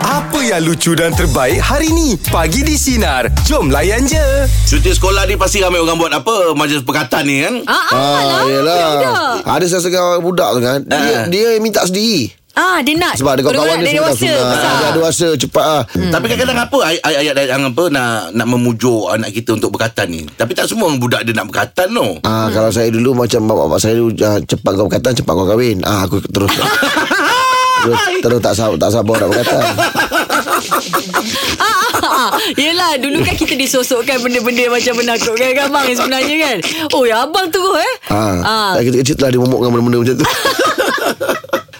Apa yang lucu dan terbaik hari ni? Pagi di Sinar. Jom layan je. Cuti sekolah ni pasti ramai orang buat apa Majlis perkataan ni kan Ah, ah, ah lah. yelah. budak-budak. Ada sesetengah budak tu kan. Dia, dia minta sendiri. Ah, dia nak. Sebab ada dia kawan-kawan dia semua dah dewasa. sunat. besar. Dia dewasa cepat ah. hmm. Tapi kadang-kadang apa ay- ay- Ayat ayat yang apa Nak nak memujuk anak kita Untuk berkatan ni Tapi tak semua orang budak dia nak berkatan no Ah, kalau saya dulu macam bapak-bapak saya dulu ah, cepat kau berkata cepat kau kahwin. Ah aku terus terus, terus tak sabar tak sabar nak berkata. Ah, ah, ah. Yelah dulu kan kita disosokkan benda-benda macam menakutkan kan abang sebenarnya kan. Oh ya abang terus eh. Ah, ah. kecil-kecil telah dimomokkan benda-benda macam tu.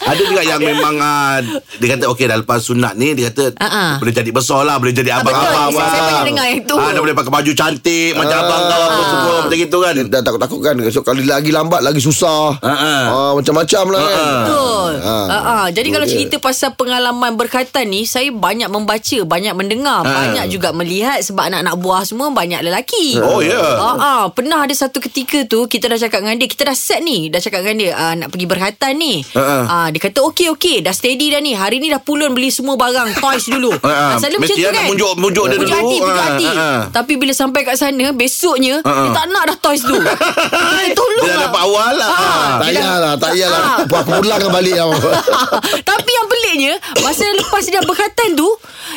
Ada juga yang memang ah, Dia kata okey dah lepas sunat ni Dia kata Ah, ah. Boleh jadi besar lah Boleh jadi abang-abang betul. Saya abang. pernah dengar yang tu. Ah, Dah boleh pakai baju cantik Ah. Macam abang kau Apa semua macam itu kan Dah takut-takut kan Esok kali lagi lambat Lagi susah Ah, ah. Ah, Macam-macam lah kan Betul. Ha. Ah. Ah, ah. Jadi kalau cerita pasal pengalaman berkaitan ni, saya banyak membaca, banyak mendengar, Ha. banyak juga melihat sebab anak-anak buah semua banyak lelaki. Oh, ya. Ah, ah. Pernah ada satu ketika tu kita dah cakap dengan dia, kita dah set ni, dah cakap dengan dia ah, nak pergi berkaitan ni. Ha, Ah, dia kata okey okey, dah steady dah ni. Hari ni dah pulun beli semua barang toys dulu. Ah, ah. Ah, Selalu macam Mesti tu lah nak kan. munjuk- munjuk dia Munjuk dulu. hati, munjuk Ah, hati. ah, ah. Tapi bila sampai kat sana besoknya dia tak nak dah toys tu. Dia tolong. Ha, Ha, Dia dah dapat awal lah ah. Tak payahlah Tak payahlah Aku pulangkan balik lah. Tapi yang peliknya Masa lepas dia berkatan tu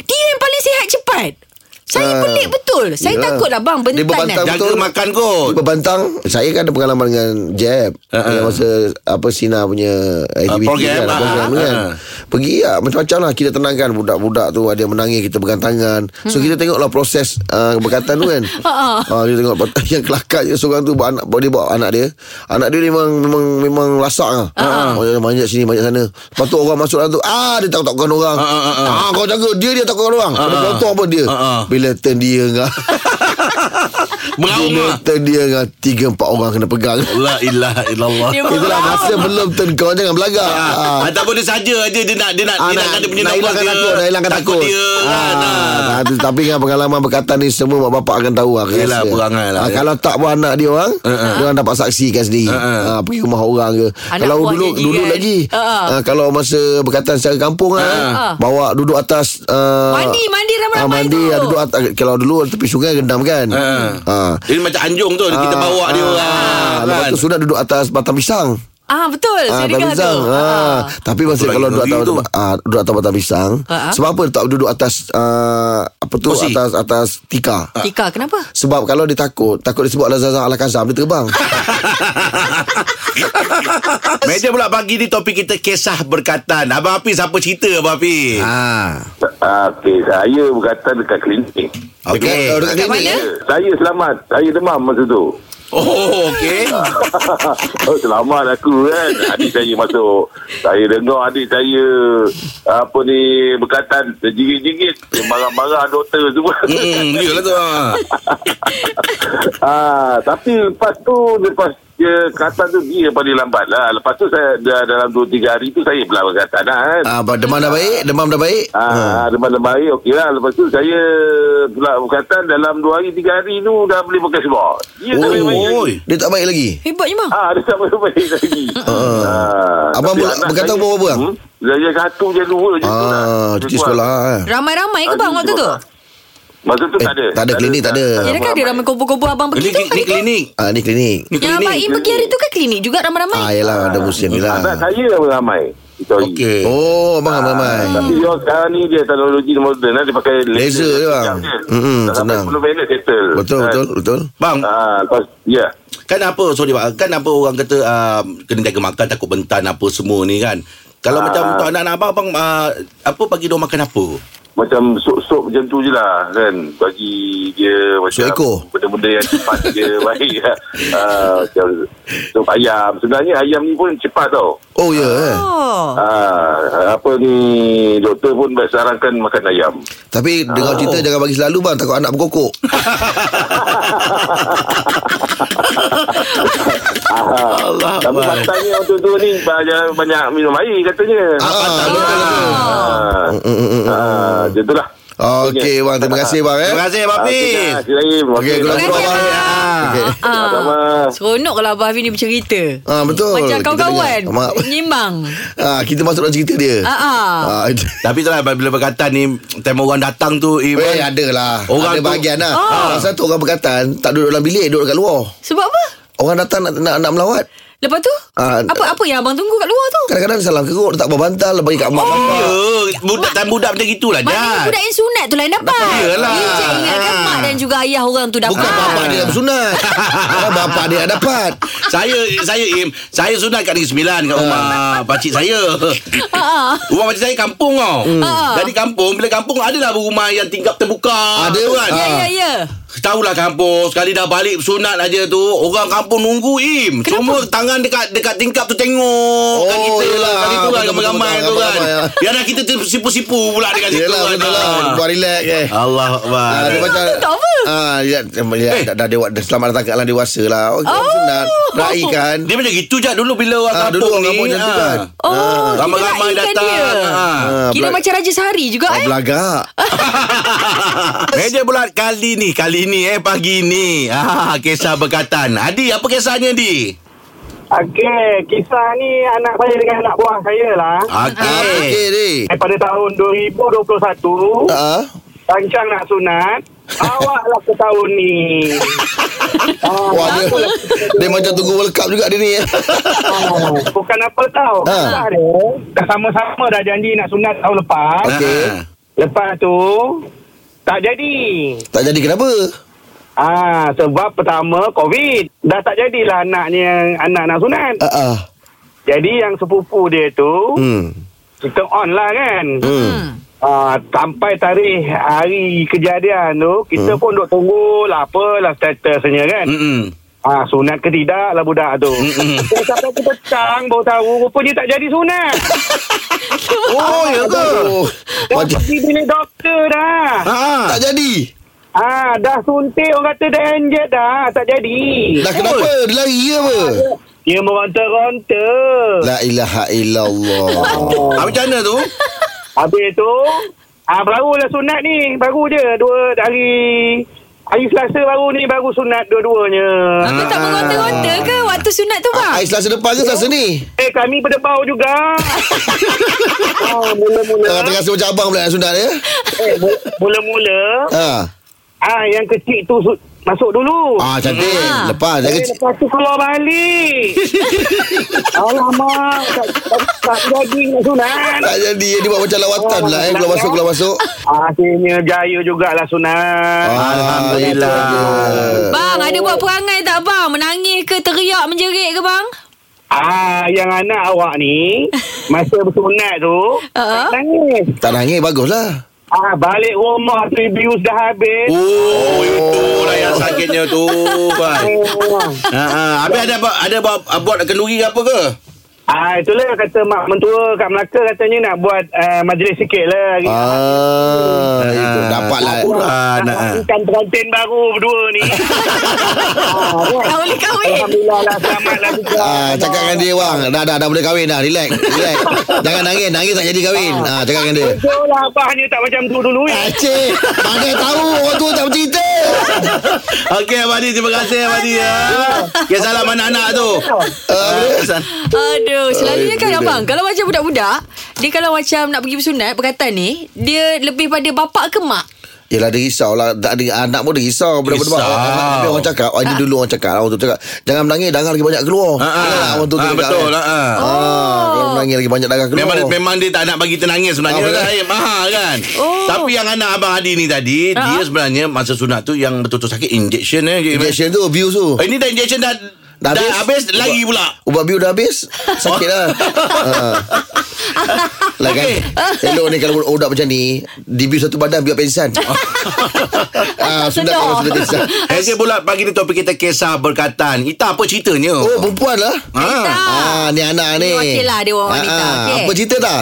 Dia yang paling sihat cepat Saya Ah. pelik betul Saya Yelah. takut lah bang Dia Bentan berbantang kan Jaga Betul. makan kot Berbantang Saya kan ada pengalaman dengan Jeb uh-uh. Masa Apa Sina punya Aktiviti program, kan, Ha, ah, program ah, kan. ah. Pergi lah Macam-macam lah Kita tenangkan Budak-budak tu Ada yang menangis Kita pegang tangan Hmm. So kita tengoklah proses uh, Berkatan tu kan Ha, Ah, uh, Kita tengok Yang kelakar je Seorang tu bawa anak, Dia bawa anak dia Anak dia memang Memang memang lasak lah Ha, uh-uh. oh, Manjat sini Manjat sana Lepas tu orang masuk dalam tu Ah dia takut-takutkan orang Ah, ah, ah, ah, Kau jaga Dia dia takutkan orang Kena contoh apa dia Ah, ah. Bila turn dia dengan Meraung lah Bila turn dia dengan Tiga empat orang kena pegang La ilaha illallah Dia Itulah masa belum turn kau Jangan belagak Ah. Ataupun dia saja aje dia nak dia nak Ah, dia nak, dia punya nak nafas hilangkan dia. takut Nak hilangkan takut, dia kan. Ah. ah, nah, Tapi dengan pengalaman berkatan ni Semua mak bapak akan tahu lah aku Yelah, rasa. perangai lah, ah, ya. Eh, Kalau tak pun anak dia orang uh-uh. Dia orang dapat saksikan sendiri uh-uh. ah, Pergi rumah orang ke Anak Kalau buahnya dulu je dulu kan. lagi Ah. ah, Kalau masa berkatan secara Eh, kampung lah Ah. Bawa duduk atas ah, Mandi, mandi ramai-ramai ah, Mandi tu. ah, duduk atas Kalau dulu tepi sungai gendam kan Ah. Ah. Jadi macam anjung tu kita Ah, bawa dia ah, orang. ah, Lepas tu kan? Eh, sudah duduk atas batang pisang Ah betul Ah, Saya batang dengar tu pisang. Ah. Tapi masa Betul kalau lagi, duduk atas ngeri tu. ah, duduk atas batang pisang, Ah, ah. sebab apa tak duduk atas ah, apa tu Kursi. Ah. atas atas tika? Tika kenapa? Sebab kalau dia takut, takut disebut Al-Azhar Al-Kazam dia terbang. Meja pula pagi ni topik kita kisah berkatan. Abang Hafiz apa cerita Abang Hafiz? ah. Ah, Okey, saya berkatan dekat klinik. Ya, Okey. Dekat, dekat, Kat klinik, mana? eh? Saya selamat. Saya demam masa tu. Oh, okey. oh, selamat aku kan. Adik saya masuk. Saya dengar adik saya apa ni berkatan terjigit-jigit. Dia marah-marah doktor semua. Hmm, iyalah tu. ah. ah, tapi lepas tu lepas dia kata tu dia paling lambat lah. Lepas tu saya dah, dalam 2-3 hari tu saya pula berkatan lah kan. Ah, ba- demam dah baik, demam dah baik. Ah, demam-demam baik okey lah. Lepas tu saya pula berkatan dalam 2 hari 3 hari tu dah boleh pakai seluar. Dia tak boleh main lagi. Oi. Dia tak baik lagi. Hebatnya bang Ah, dia tak boleh lagi. Ah, Ha. Abang tapi ber- anak berkatan saya- berapa orang? Hmm? Saya satu je dua je. tu lah. Ah, Dia cuti keluar. sekolah. eh. Ramai-ramai ke Ah, bang cuti waktu tu? sekolah. Masa tu Eh, tak ada. tak ada, klinik tak ada. Ya kan ada ramai kumpul-kumpul abang Ini pergi tu kli- ni hari tu klinik. Ah, ni klinik. Ni Yang abang klinik. Im pergi hari tu kan klinik juga Ah, ramai-ramai yalah ada musim ni Anak lah. saya yang ramai. Itu hari. Okey. Oh, abang ramai. Ah. Tapi dia orang sekarang ni dia teknologi moden lah. Dia pakai Laser je, bang. Mm-mm, Tak sampai senang. 10 minit settle. Betul, Ah, betul, betul. Bang, Ah, lepas, ya. kan apa sorry Pak, kan apa orang kata uh, kena jaga makan takut bentan apa semua ni kan. Kalau Ah. macam untuk anak-anak abang abang ah, apa bagi dia makan apa? Macam sup-sup macam tu je lah kan. Bagi dia macam Sup ekor? benda-benda yang cepat dia baik lah. Ah, macam sup ayam. Sebenarnya ayam ni pun cepat tau. Oh, ya. eh. Oh Ah, apa ni doktor pun sarankan makan ayam. Tapi Ah. dengar cerita jangan bagi selalu bang takut anak berkokok. Allah. Tapi Abang. katanya waktu tu ni banyak, banyak minum air katanya. Ah, Ah, ah, ah, ah, ah, ah, ah, ah, ah, ah, ah, ah, ah, ah, ah, Okey bang, terima kasih bang eh. Terima kasih Abang Hafiz. Terima kasih Rahim. Okey, Okey, kalau Terima kau kasih, bang. Ah. Okey. Sama-sama. Ah, seronok kalau Abang Hafiz ni bercerita. Ah betul. Macam Kita kawan-kawan. dengar. Mak- Nyimbang. Ah kita masuk dalam cerita dia. Ah, ah. Ah. itu- Tapi itulah bila berkatan ni Time orang datang tu eh, Eh, bang. ada lah Orang Ada tu- bahagian lah Ah. ah. Pasal tu orang berkatan Tak duduk dalam bilik Duduk kat luar Sebab apa? Orang datang nak nak, nak melawat Lepas tu? Ah, apa apa yang abang tunggu kat luar tu? Kadang-kadang salam keruk Letak bawah bantal Bagi kat mak oh. Ya Budak time budak macam gitulah Maknanya Jad budak yang sunat tu lain dapat. Dapat, iyalah. Ni je ingatkan Ah. kan mak dan juga ayah orang tu dapat. Bukan bapak dia yang sunat Bukan bapak dia yang dapat saya saya im saya sunat kat Negeri Sembilan kat rumah pakcik saya. Ah. rumah pakcik saya kampung tau. Hmm. Jadi kampung bila kampung adalah rumah yang tingkap terbuka. Ada. tu kan. Ya, ya, ya. Tahulah kampung Sekali dah balik sunat aja tu Orang kampung nunggu im Semua tangan dekat dekat tingkap tu tengok Oh kan kita yelah. Kali tu kan Betul, betul, ramai-ramai betul, tu kan ramai-ramai, ah. Ya dah kita tu sipu-sipu pula dekat situ Yelah kan. betul lah Ah. Buat relax eh Allah Akbar Ah, dia macam tak apa. Ah, lihat, lihat Eh. dah, dah dewa, dah selamat datang kat alam dewasa lah. Okey, oh. sunat. Rai kan. Dia macam gitu je dulu bila orang Ah, kampung dulu orang ni. kampung macam tu ah. kan. Oh, kita Ramai-ramai raikan datang. dia. Ah. Ah, Kira belak- macam Raja Sehari juga ah, eh. belagak. Ah. Meja bulat kali ni, kali ni eh pagi ni. Ah, kisah berkatan. Adi, apa kisahnya di? Okey, kisah ni anak saya dengan anak buah saya lah. Ah, okey, Okey. ni. Daripada tahun 2021, Ah. rancang nak sunat, awaklah ke tahun ni. Ah, Wah, dia, dia macam tunggu World Cup juga dia ni. ah, bukan apa tau. Ha. Kisah dia, dah sama-sama dah janji nak sunat tahun lepas. Okey. Ah. Lepas tu, tak jadi. tak jadi kenapa? Ah, sebab pertama COVID. Dah tak jadilah anaknya anak nak sunat. Ah, ah. Jadi yang sepupu dia tu, Hmm. kita on lah kan. Hmm. Uh, sampai tarikh hari kejadian tu kita hmm. pun duk tunggu lah apalah statusnya kan hmm. Mm-mm. uh, sunat ke tidak lah budak tu Mm-mm. Hmm, Dah sampai ke petang baru tahu rupanya tak jadi sunat Oh, ya ke? dah Macam pergi bilik doktor dah Ha? Ah. tak jadi. ah dah suntik orang kata dah enjet dah tak jadi Dah kenapa? Dia lari ke apa? dia meronta-ronta La ilaha illallah. Ah, macam mana tu? habis tu ah barulah sunat ni baru je dua hari hari Selasa baru ni baru sunat dua-duanya Abang tak mengonta-konta ke waktu sunat tu bang? Hari Selasa depan ke Selasa ni? Eh kami berdebau juga oh, Mula-mula Tengah-tengah rasa macam abang pula yang sunat ya? eh, mu- Mula-mula Ah. ah, Yang kecil tu su- Masuk dulu Ah, cantik. Ah. Lepas. Jangan Eh, kecil. lepas tu keluar balik Alamak Tak, tak, tak jadi nak sunat Tak jadi Dia buat macam lawatan lah eh. Keluar masuk Keluar masuk Ah, Akhirnya jaya jugalah sunat Alhamdulillah. Ah, Bang, ada buat perangai tak bang? Menangis ke teriak menjerit ke bang? Ah, yang anak awak ni Masa bersunat tu Ah. tak Nangis Tak nangis Bagus lah Ah, balik rumah tu Ibius dah habis Oh, itulah yang sakitnya tu. Bang. oh. Ha ah, habis ada buat ada buat, buat kenduri ke apa ke? Ah itulah kata mak mentua kat Melaka katanya nak buat uh, majlis sikit lah hari. Ah. Ah, itu dapat lah. Quran. Ha, ah. Ikan pengantin baru berdua ni. ah, Tak kan? boleh kahwin. Alhamdulillah lah selamat lah juga. Ah, cakap dengan dia bang. Dah dah dah boleh kahwin dah. Relax. Relax. Jangan nangis. Nangis tak jadi kahwin. Ah, cakap dengan dia. Betul lah abahnya tak macam tu dulu ya. Acik, mana tahu orang tua tak bercerita. Okey Abang Adi Terima kasih Abang Adi ya. Ya salam anak-anak tu Ah, san- Aduh, selalunya kan Aduh, abang Kalau macam budak-budak Dia kalau macam nak pergi bersunat Perkataan ni Dia lebih pada bapak ke mak? Yelah dia risau lah Tak ada anak pun dia risau Benda Risau. -benda Tapi orang cakap Ada dulu orang cakap lah." Orang tu cakap Jangan menangis Darah lagi banyak keluar Ah, ah. Yelah, Orang tu Ah, cakap Betul kan. lah ah. Ah, Kalau Oh. menangis lagi banyak darah keluar Memang memang dia tak nak bagi tenangis sebenarnya. Ah, Ah, betul. saya mahal kan. Oh. Tapi yang anak abang Adi ni tadi, Ah. dia sebenarnya masa sunat tu yang betul-betul sakit injection eh. Injection tu Views tu Eh, ini dah injection dah dah, Dah dah habis, habis? lagi pula. Ubat biu dah habis Sakit lah Ah. Lah kan Elok ni kalau budak macam ni Dibiu satu badan Biar pensan ah, Sunat sedar. kalau sudah pensan Okey pula pagi ni topik kita kisah berkatan. Ita apa ceritanya? Oh perempuan lah Ah. Ita. Ah, ni Ah, anak ni Ni wakil lah, dia orang wanita. Okey. Apa cerita tak?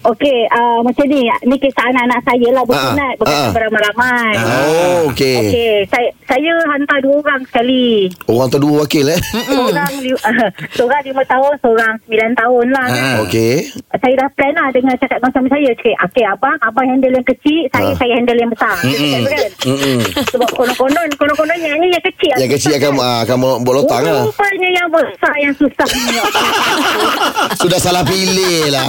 Okey, uh, macam ni. Ni kisah anak-anak saya lah bersunat. Ah, Bukan ah. beramai-ramai. Oh, okey. Okey, saya, saya hantar dua orang sekali. Orang tu dua wakil eh. Seorang, li, seorang lima tahun, seorang sembilan tahun lah. kan. Ah. Okey. Saya dah plan lah dengan cakap dengan suami saya. Cakap, okey abang, abang handle yang kecil, saya Ah. saya handle yang besar. Mm-mm. Kan? Sebab konon-konon, konon-konon yang ni yang kecil. Yang kecil akan ah, akan buat lotang lah. Rupanya yang besar yang susah. Sudah salah pilih lah.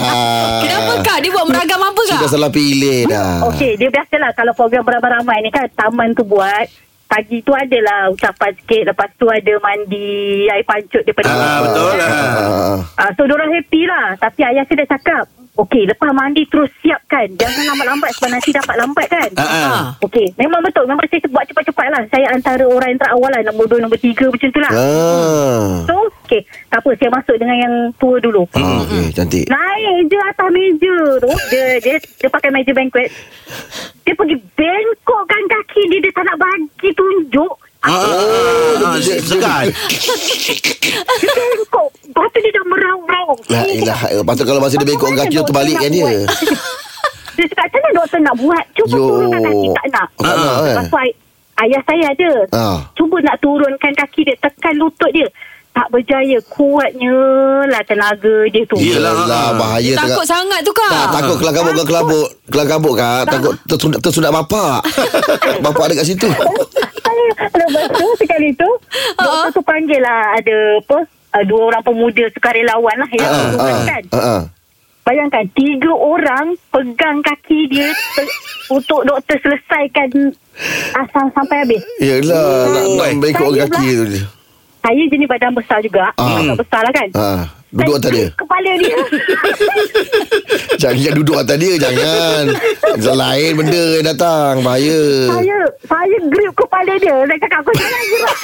Kenapa kak? Dia buat meragam apa kak? Sudah salah pilih dah. Ah. Okey, dia biasalah kalau program beramai-ramai ni kan taman tu buat Pagi tu adalah ucapan sikit Lepas tu ada mandi Air pancut daripada Ah, betul lah. Ah. Ah, so diorang happy lah Tapi ayah saya dah cakap Okey lepas mandi terus siapkan Jangan lambat-lambat Sebab nanti dapat lambat kan Ah, ah. Okey memang betul Memang saya buat cepat-cepat lah Saya antara orang yang terawal lah Nombor dua, nombor tiga macam tu lah Ah. So okey Tak apa saya masuk dengan yang tua dulu Ah, okey, cantik. Naik je atas meja tu Dia, dia, dia pakai meja banquet Dia pergi bengkokkan kaki dia Dia tak nak bagi tunjuk Oh, Ah, ah, ah, segan. Dia bengkok Lepas tu dia dah meraung-raung La ilaha illallah. Patut kalau masa dia bengkok kaki tu terbalikkan dia. Dia cakap macam mana doktor nak buat Cuba Yo. turunkan kaki tak nak Tak nak, kan? Lepas tu ay- ayah saya ada Ah. Cuba nak turunkan kaki dia Tekan lutut dia Tak berjaya Kuatnya lah tenaga dia tu Yelah. ah. Alah, bahaya Dia takut sangat tu kak. Tak, takut kelakabut kau kelabut. Kelakabut kak, takut tersunat, tersunat bapak. bapak ada kat situ. Saya Lepas tu sekali tu Doktor tu panggil lah Ada apa uh, Dua orang pemuda Sukarelawan lah Yang Ah, ah, uh, kan ah, ah. Bayangkan Tiga orang Pegang kaki dia ter- Untuk doktor selesaikan Asam sampai habis Yelah, nak nak Baik. bengkok Saya kaki tu. dia. Saya jenis badan besar juga Ah. Badan besar lah kan Ah, duduk atas dia. Kepala dia Jangan jangan duduk atas dia jangan. Lain benda yang datang, bahaya. Saya Saya grip kepala dia Saya cakap Kau jangan gerak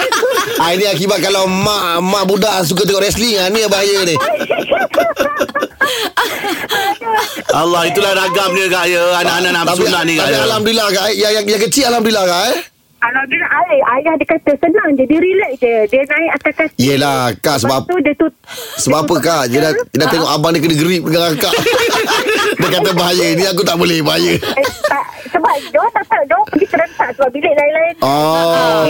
Ah, ini akibat kalau mak mak budak suka tengok wrestling ah ni yang bahaya ni. Allah itulah ragam dia kak ya anak-anak nak Tapi, bersunat ni kak tapi ya. alhamdulillah kak eh. yang, yang, yang kecil alhamdulillah kak eh. Alhamdulillah ayah, ayah dia kata Senang je Dia relax je Dia naik atas kaki Yelah kak sebab Lepas tu dia tu Sebab apa kak Dia dah, dia dah tengok abang dia kena grip dengan kakak Dia kata bahaya Ni aku tak boleh bahaya Eh, tak, sebab dia tak tahu dia pergi serentak sebab bilik lain-lain. Oh Ah.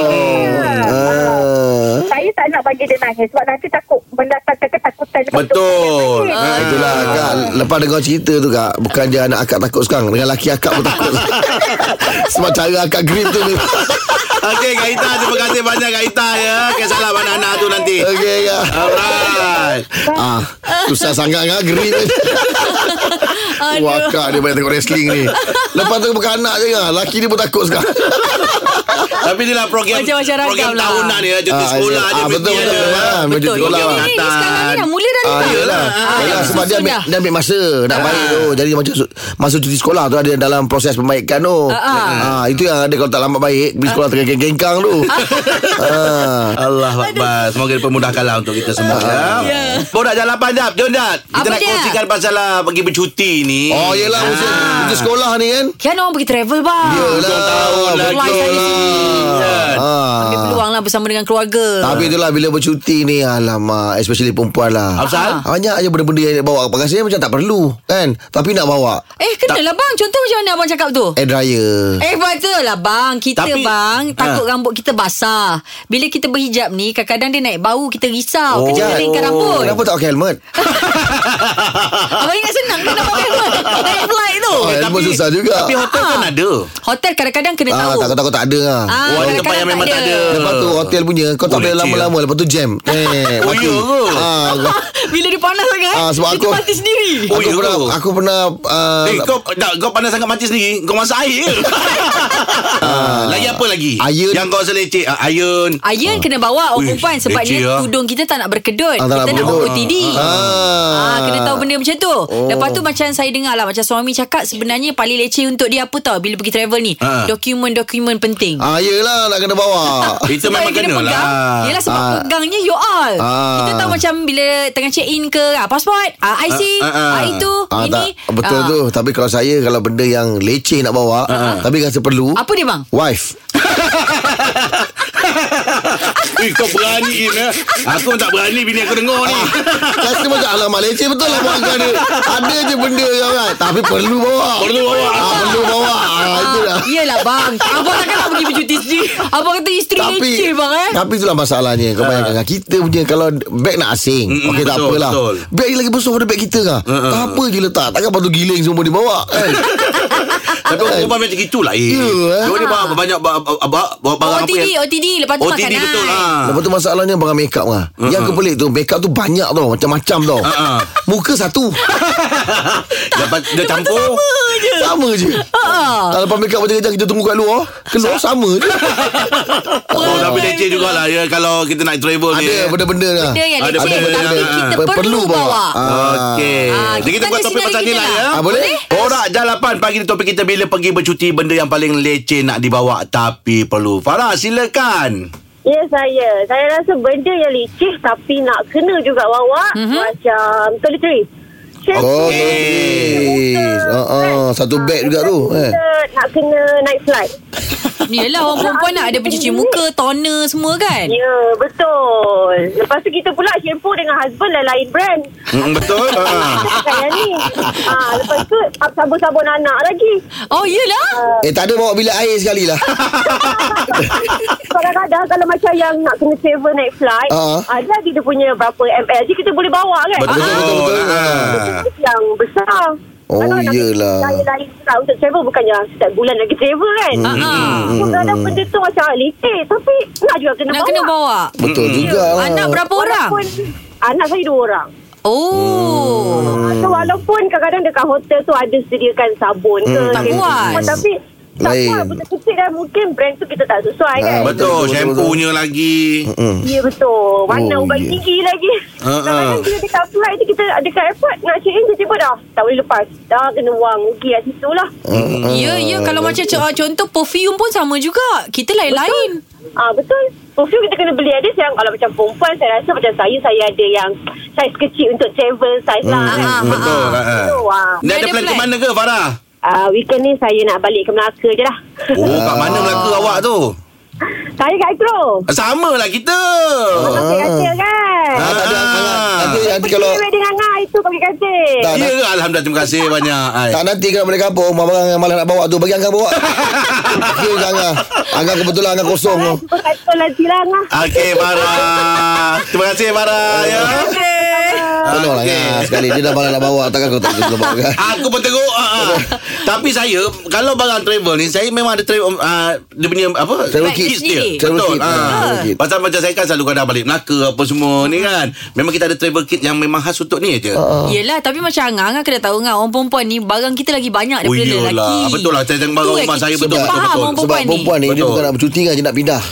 Saya tak nak bagi dia nangis sebab nanti takut mendatangkan ketakutan. Lepas tu Betul. saya Ah, nangis. Itulah kak Lepas dengar cerita tu kak Bukan dia anak akak takut sekarang Dengan laki akak pun takut Sebab cara akak grip tu Okey Kak Ita Terima kasih banyak Kak Ita ya Kisah lah anak-anak tu nanti Okay kak Alright ah, Susah sangat kak grip ni Wah Aduh. kak dia banyak tengok wrestling ni Lepas tu bukan anak je kak Laki dia pun takut sekarang Tapi ni lah program Macam-macam ragam Program lah. tahunan dia Cuti sekolah ya. dia ah, Betul cuti betul, dia. betul, ah, Betul. betul, Ini, Sekolah ini, ni angkatan. sekarang ni dah mula dah ni Ah, kak. yelah. Ah, Yelah, sebab dia ambil, sudah. dia ambil masa nak baik tu. Jadi macam su- masa cuti sekolah tu ada dalam proses pembaikan tu. Ah, ah. Ah, itu yang ada kalau tak lambat baik, pergi sekolah tengah gengkang tu. Ah. Allah Akbar Semoga dipermudahkanlah Untuk kita semua ya. Ya. Kau dah jalan panjang Jom Jad Kita Apa nak dia? kongsikan Pasal lah Pergi bercuti ni Ah. Oh, Eh. yelah masa Ah. cuti sekolah ni kan. Kan orang pergi travel bang. Yelah, tahun betul lagi. Ya. lah. Ah. Ambil peluang lah bersama dengan keluarga. Tapi itulah bila bercuti ni Alamak Especially perempuan lah Apa pasal? Banyak je benda-benda yang nak bawa Rasanya macam tak perlu Kan Tapi nak bawa Eh kenalah bang Contoh macam mana abang cakap tu Air dryer Eh betul lah bang Kita Tapi- Tapi, bang Takut Ah. rambut kita basah Bila kita berhijab ni Kadang-kadang dia naik bau Kita risau oh. Kita keringkan rambut Kenapa tak pakai helmet? Abang ingat senang ke nak pakai Naik flight tu Oh, helmet susah juga Tapi hotel kan ada Hotel kadang-kadang kena Ah, Eh, tahu takut-takut tak ada Ah, Oh, lah. ada kadang-kadang tempat yang memang tak ada. Lepas tu hotel punya Kau tak Oh, boleh leceh lama-lama Lepas tu jam Eh Oh, ya ke? ah, aku- Bila dia panas sangat Ah, sebab Kita aku- Ah. mati sendiri Oh, Aku ya pernah ke? Aku pernah ah, Eh kau dah, kau pandai sangat mati sendiri Kau masak air ke? Ah, Lagi apa lagi? Ah, Iron. Yang kau selecek ah, Iron Ayan kena bawa Uish, orang perempan Sebab leceh dia lah. tudung kita tak nak berkedut Ah, tak Kita nak nak berkedut. OOTD Ah. ah, Kena tahu benda macam tu Lepas tu macam saya dengar lah Macam suami cakap Sebenarnya paling leceh untuk dia apa tau Bila pergi travel ni Ah. Dokumen-dokumen penting Ah, yelah nak kena bawa Itu Sebab memang yang kena Ah, pegang lah Yelah sebab Ah. pegangnya you all Ah. Kita tahu macam bila tengah check in ke ah, Passport, ah, IC, Ah, ah, ah. ah, itu, Ah, ini tak, betul Ah. tu Tapi kalau saya Kalau benda Ah, yang leceh nak bawa Tapi rasa perlu Apa dia bang? Wife Ui, Eh, kau berani Im ya. Aku tak berani bini aku dengar ni. Ah, Rasa macam Alamak leceh betul lah Buat ada Ada je benda yang kan Tapi perlu bawa Perlu bawa. ah, Perlu bawa ah, Itu dah Yelah bang Abang takkan nak pergi bercuti sendiri Abang kata isteri tapi leceh bang eh Tapi itulah masalahnya Kau bayangkan kan Kita punya Kalau beg nak asing Ah. Mm-mm, Okey tak betul, apalah betul. Ah, Beg ni lagi besar Daripada beg kita kan Mm-mm. Tak apa je letak Takkan patut giling semua dibawa kan Tapi orang perempuan macam itulah Im. eh. Ya, eh. Dia ni bawa banyak ba- ba- ba- bawa barang apa OTD yang OTD Lepas tu OTD makanan betul lah. Lepas tu masalahnya Barang makeup kan Yang kepelik tu Makeup tu banyak tau Macam-macam tau Ah, ah. Muka satu Dapat dia campur. Sama je Ah. Tak lepas makeup macam-macam Kita tunggu kat luar Keluar sama je Oh, tapi leceh jugalah ya kalau kita nak travel ni. ya. Ada benda-benda lah Dia yang Ada leceh benda Tapi yang- kita Per- perlu bawa Okey. Ah, Jadi kita kita buat tanya topik sinari pasal kita nilai lah. ya. Ah, boleh? Orang jalapan pagi ni topik kita bila pergi bercuti benda yang paling leceh nak dibawa tapi perlu. Farah silakan. Ya saya Saya rasa benda yang licih Tapi nak kena juga bawa mm-hmm. Macam toiletries Shampoo, Oh, okay. uh, uh, satu beg juga tu. Eh. Nak kena night flight Yelah lah, orang perempuan nak ada pencuci muka Toner semua kan Ya betul Lepas tu kita pula shampoo dengan husband Lain-lain brand Ah, Hmm, betul. Ha. Bukan yang ni ha, Lepas tu Sabun-sabun anak lagi Oh yelah Eh tak ada bawa bilik air sekali lah. Kadang-kadang Kalau macam yang Nak kena travel night flight Ah. uh. Ada ada dia punya Berapa ml je Kita boleh bawa kan Ah, Betul betul, betul, betul. Ha. yang besar. Oh, Kalau nak iyalah. Lain-lain pula untuk travel bukannya setiap bulan lagi travel kan. Ah, ah. So, kadang benda tu macam leceh tapi nak juga kena Nak bawa. kena bawa Betul juga lah. Anak berapa orang? Walaupun anak saya dua orang. Oh So, walaupun kadang-kadang dekat hotel tu ada sediakan sabun ke. Tak shampoo puas. semua, Tapi tak Lain. puas. Benda kecil kan mungkin brand tu kita tak sesuai Ah, kan. betul, Betul, betul, shampoo-nya lagi. Hmm. Ya betul Warna Oh, oh, ubat ya. tinggi lagi Ha, ha. Kadang-kadang kita dekat flight tu Kita dekat airport Nak check in tiba-tiba dah Tak boleh lepas Dah kena wang Rugi kat situ lah Ya ya Ah. Kalau macam co- contoh Perfume pun sama juga Kita lain-lain Ah Betul Perfume kita kena beli ada yang Kalau macam perempuan Saya rasa macam saya Saya ada yang Saiz kecil untuk travel Saiz lah Ah, kan ah, ah, Betul. ah. Ha. So, ah, Ni ada Ada plan ke plan? mana ke Farah? ah, Weekend ni saya nak balik ke Melaka je lah Oh, kat mana Melaka awak tu? Saya kat Ikro Sama lah kita. Masuk katil kan Ah, Oh. tak ada Ah. sangat. Nanti, nanti kalau Pergi dengan Ngah Itu pergi katil Tak, Ya, Alhamdulillah terima kasih banyak. Ai. tak nanti kalau balik kampung barang yang malah nak bawa tu bagi angkat bawa. Okey jangan. Angkat kebetulan angkat kosong Ah. tu. Jumpa katil lagi lah Ngah Okey Farah. Terima kasih Farah ya. Tolonglah Okey. ya sekali dia dah barang nak bawa takkan kau tak boleh bawa kan. Aku pun teruk ah, ah. Tapi saya Kalau barang travel ni Saya memang ada travel ah, Dia punya apa Travel kit dia sendiri. Travel Betul kit, ah. ah, travel kit. Pasal macam saya kan Selalu kadang balik Melaka Apa semua ni kan Memang kita ada travel kit Yang memang khas untuk ni je uh, Ah, Yelah tapi macam Angah Angah kena tahu Angah Orang perempuan ni Barang kita lagi banyak Oh Daripada iyalah. lelaki Betul lah, saya tengok barang Tu yang rumah kita saya, betul, faham betul, betul. orang Sebab perempuan, perempuan ni dia Betul. bukan nak bercuti kan dia nak pindah.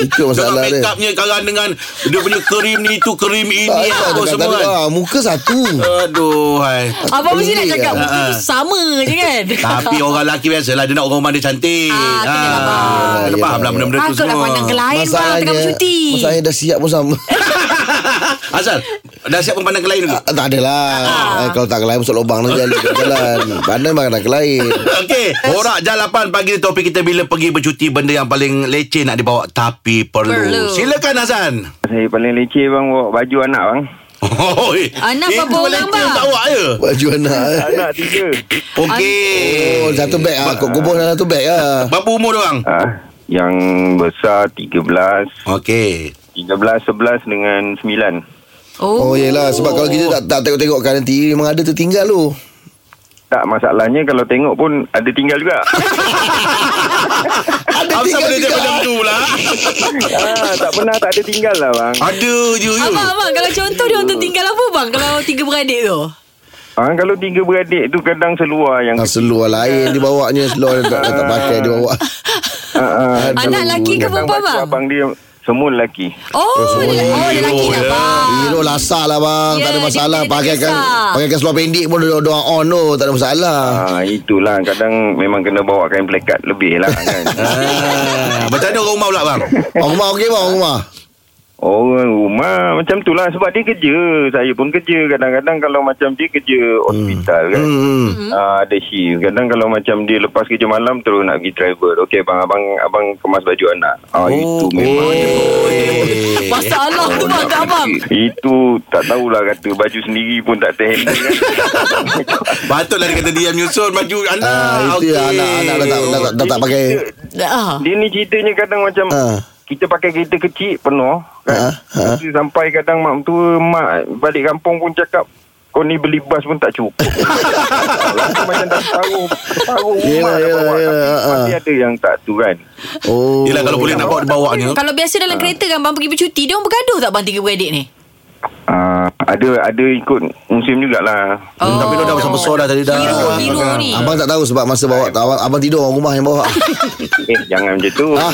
Itu Dengan masalah dia. make upnya Kadang dengan Dia punya krim ni tu Krim ini Tak, tak, Apa cakap semua tadi, kan ah, Muka satu. Aduh hai. ni Abang mesti nak Pelik cakap lah. Muka tu Ah. sama je kan Tapi orang lelaki biasalah Dia nak orang rumah dia cantik Ah, kena Ah, faham. Kena Yelah, faham lah yelah. benda-benda tu Takutlah semua pandang ke lain bang Tengah bercuti Eh. Masalahnya dah siap pun sama. Azal Dah siap pandang ke lain dulu Ah, tak adalah ah. Kalau tak kelai Masuk lubang tu jalan jalan Pandai makan nak kelai Okey, borak jalapan pagi ni topik kita bila pergi bercuti benda yang paling leceh nak dibawa tapi perlu. Perlu. Silakan Hasan. Saya paling leceh bang bawa baju anak bang. Oh, eh. Anak Itu berapa orang, leceh bang? Tak awak je. Baju anak eh. Anak tiga. Okey. Oh satu beg ah. Kau kubur dalam satu beg ah. Berapa umur dia orang? Ha, yang besar 13, 13 Okey. 11 dengan 9. Oh yelah Sebab kalau kita tak, tak tengok-tengok kan Nanti memang ada tertinggal tu Tak masalahnya kalau tengok pun ada tinggal juga. Ada Apa tinggal benda dia juga macam tu pula? Ah, ha, tak pernah tak ada tinggal lah bang. Ada je ya. je. Abang abang Kalau contoh dia orang tertinggal apa bang Kalau tiga beradik tu Ha, kalau tiga beradik tu kadang seluar yang Ah, seluar lain dibawanya Seluar yang tak, tak pakai dibawa ha, ha, Anak lelaki ke kadang perempuan baju bang abang dia semua lelaki. Oh lelaki oh, lelaki lah bang Hero lasak lah bang Ya, Tak ada dia masalah kena Pakaikan terdesak. Pakaikan seluar pendek pun Dia orang on tu Tak ada masalah Ha, itulah kadang memang kena bawa kain plekat lebih lah kan. Ah, macam mana orang rumah pula bang? Orang rumah okey bang Orang rumah Orang rumah Macam tu lah Sebab dia kerja Saya pun kerja Kadang-kadang kalau macam dia kerja Hospital kan Hmm. Ah, ada shift Kadang kalau macam dia lepas kerja malam Terus nak pergi travel Okey bang Abang abang kemas baju anak ah, Itu memang Eh, Masalah tu bang kat abang. Itu tak tahulah kata Baju sendiri pun tak terhandle kan Patutlah dia kata dia menyusun baju anak. Ah, itu yang anak-anak dah tak, dah, tak- dah tak pakai. Ah. Dia ni ceritanya kadang macam Ah. Kita pakai kereta kecil penuh Ah, ah. Lepas tu Sampai kadang mak tua Mak balik kampung pun cakap kau ni beli bas pun tak cukup Rasa macam dah separuh Separuh rumah Yelah, dah yelah, bawa yelah, Tapi ah, Masih ada yang tak tu kan Oh. Yelah kalau boleh nak bawa dia bawa ni. Kalau biasa dalam kereta kan Abang pergi bercuti Dia orang bergaduh tak Abang tiga beradik ni Ah, Ada ada ikut musim jugalah Oh. Hmm, Tapi dia dah besar besar dah tadi dah. Hero Hero ni Abang tak tahu sebab masa bawa abang, abang tidur orang rumah yang bawa. Eh jangan macam tu ah,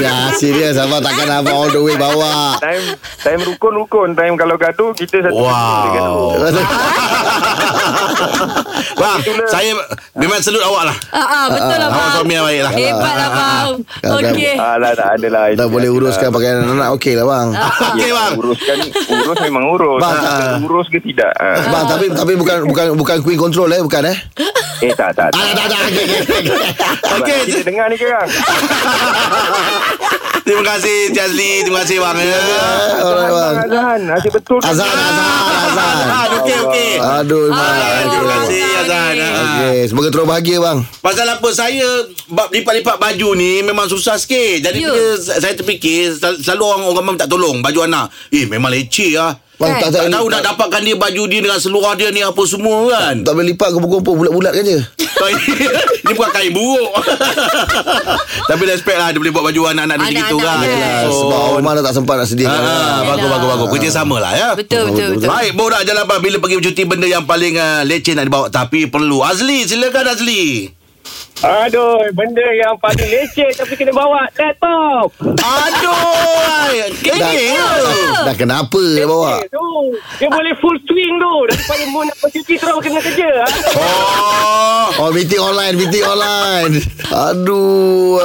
ya, serius abang takkan abang all the way bawa. Time time rukun-rukun Time kalau gaduh Kita satu kita gaduh Wow. Bang, saya memang selut awak lah. Ah, ah, betul lah Awak bang suami yang baik lah. Hebat lah bang Ah, dah- Okey lah, Alah tak adalah Dah boleh uruskan pakaian anak okey lah bang. Okey bang. Uruskan Urus memang Oh, urus Bang, Kita ah. Urus ke tidak ah. Bang tapi tapi bukan bukan bukan queen control eh bukan eh. Eh tak tak tak Ah, dah dah okey okey, okey. Okey, Kita dengar ni kerang terima kasih Jazli. Terima kasih bang. ya. Alright bang. Azan Asyik betul tu. Azan azan azan. Azan, okey, okey. Aduh bang. Ah, Terima kasih Azan. Ah. Okey, semoga terus bahagia bang. Pasal apa saya bab lipat-lipat baju ni memang susah sikit. Jadi Ya. yeah. bila saya terfikir sel- selalu orang orang memang tak tolong baju anak. Eh memang leceh ah. Bang Kan? tak Tak tak tahu nak dapatkan dia baju dia dengan seluar dia ni apa semua kan. tak boleh lipat kumpul-kumpul bulat-bulat kan je. Ini bukan kain buruk. Tapi respect lah dia boleh buat baju anak-anak dia Anak-anak gitu kan. dia. Yelah, So, sebab orang rumah dah tak sempat nak sedia. Ah, bagus bagus bagus. Kerja sama lah ya. Betul betul betul Baik, borak je lah Abang. Bila pergi bercuti Benda yang paling uh, leceh nak dibawa Tapi perlu Azli, silakan Azli Aduh, benda yang paling leceh tapi kena bawa laptop. Aduh ai, Dah, Kenyek dah, dah kenapa dia bawa? Eh, Tu, dia boleh full swing tu. Daripada mu nak bercuti terus kena kerja. ah. Oh Oh meeting online Meeting online Aduh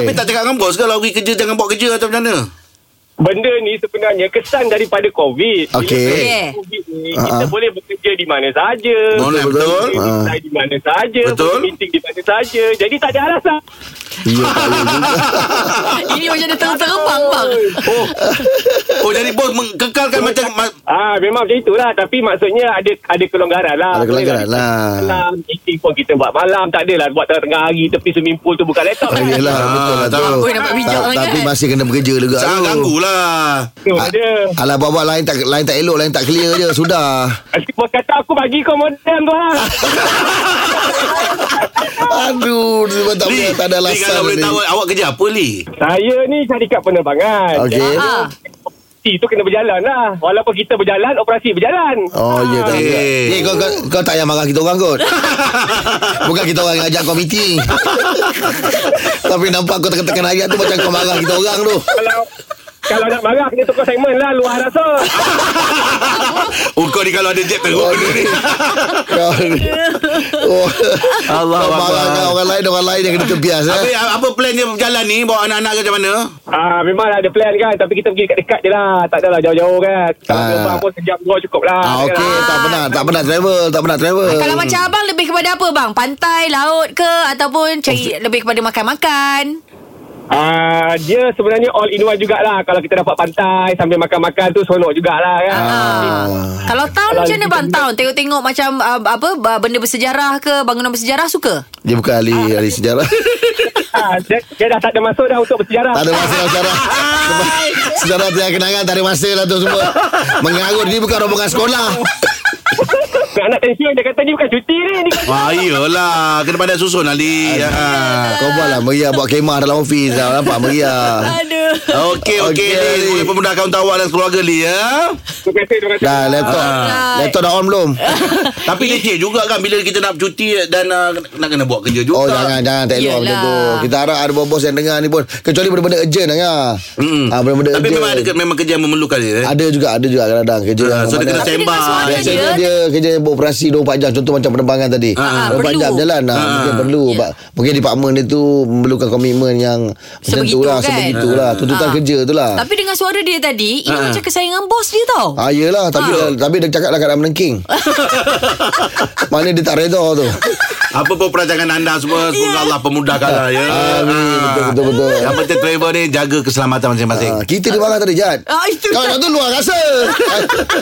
Habis ay. tak cakap dengan bos ke Kalau pergi kerja Jangan buat kerja atau macam mana Benda ni sebenarnya kesan daripada COVID. Bila Okey. kita COVID ni, kita Ah. boleh bekerja di mana saja. Boleh, betul. Boleh Ah. design di mana saja. Betul. Boleh meeting di mana saja. Jadi tak ada alasan. Ya tak boleh juga. Ini macam dia terbang bang Oh Oh jadi bos mengkekalkan macam ma- Ah memang macam itulah tapi maksudnya ada ada kelonggaran lah. Ada kelonggaran Boleh lah. buat Malam meeting pun kita buat malam tak adalah buat tengah hari tepi swimming pool tu bukan laptop. Oh, Yelah Ah, betul lah tak tu apa, nampak bijak Ta- sangat. Tapi masih kena bekerja juga Jangan tu. Ah, ganggu lah Tu dia. Alah buat-buat lain tak lain tak elok Lain tak clear je Sudah Nanti bos kata aku bagi kau modem tu lah. Aduh Sebab tak, boleh, tak ada Li alasan kalau boleh ni. tahu eh. Awak kerja apa Li Saya ni syarikat penerbangan. Okey Ah, Operasi tu kena berjalan lah. Walaupun kita berjalan, operasi berjalan. Oh ya tak Okey. Eh kau, kau, kau tak payah marah kita orang kot Bukan kita orang yang ajak kau meeting Tapi nampak kau tekan-tekan ayat tu Macam kau marah kita orang tu Kalau kalau nak marah kena tukar segmen lah luar rasa. Oh kau ni kalau ada jet teruk benda ni Kau ni oh. Allah Kau marah Allah. dengan orang lain Orang lain yang kena kebias eh? Apa, apa plan dia berjalan ni Bawa anak-anak ke macam mana Ah memang ada plan kan tapi kita pergi dekat-dekat je lah. Tak adalah jauh-jauh kan. Kalau Ah. terbang pun sejam dua cukup lah. Ah, okey, tak pernah, tak pernah travel, tak pernah travel. Kalau macam abang lebih kepada apa bang? Pantai, laut ke ataupun cari lebih kepada makan-makan? Ah dia sebenarnya all in one jugalah. Kalau kita dapat pantai sambil makan-makan tu seronok jugalah kan. Ah. Kalau town Kalau macam mana kita bang town? Tengok-tengok macam uh, apa uh, benda bersejarah ke bangunan bersejarah suka? dia bukan ahli ahli sejarah. Ah, dia, dia dah tak ada masuk dah untuk bersejarah. tak ada masa lah sejarah. Sebab Sejarah tiada kenangan, tak ada masa lah tu semua. Mengarut ni bukan rombongan sekolah. Anak tension dia kata ni bukan cuti ni. ni kan- Wah Ah, iyalah Kena pandai susun lah, Ali ha. Kau buat lah meriah buat kemah dalam ofis. Dah nampak meriah. Aduh. Okey okey Okey, Li Ali. Boleh pemudahkan untuk awak dan keluarga Li ya Terima kasih, terima kasih. Dah laptop. Alright. Laptop dah on belum? Tapi leceh juga kan Bila kita nak cuti Dan uh, nak kena buat kerja juga Oh jangan jangan tak Yelah. elok macam tu. Kita harap ada bos yang dengar ni pun kecuali benda-benda urgent dengar. Mm. Ah benda-benda Tapi memang ada urgent. memang kerja yang memerlukan dia. Eh? Ada juga ada juga kadang-kadang kerja Ah, yang so dia mana- kena Tapi dengan sembang. suara dia- Biasanya dia kerja beroperasi 24 jam Contoh macam penerbangan tadi Ah, 24 perlu. jam jalan ah, Mungkin perlu yeah. Mungkin department dia tu Memerlukan komitmen yang Macam tu Sebegitu lah kan? Sebegitulah tuntutan Ah. kerja tu lah. Tapi dengan suara dia tadi Ini Ah. macam kesayangan bos dia tau Ah, yelah tapi dah, tapi dia cakap lah dah keadaan menengking. Mana dia tak reda tu. Apa pun perancangan anda Ya. semua Semoga Allah pemudahkan lah ya. Amin, betul, betul, betul. Yang penting travel ni Jaga keselamatan masing-masing Ah, kita dia marah tadi, Jad. Ah, itu Kau tak- nak tu luar rasa.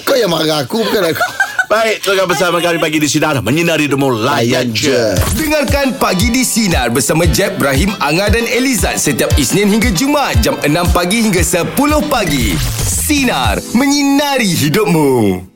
Kau yang marah aku bukan aku. Baik Tengah bersama kami pagi di Sinar Menyinari Demo Layan je Dengarkan Pagi di Sinar bersama Jeb, Ibrahim, Anga dan Elizad setiap Isnin hingga Jumaat jam 6 pagi hingga 10 pagi. Sinar. Menyinari hidupmu.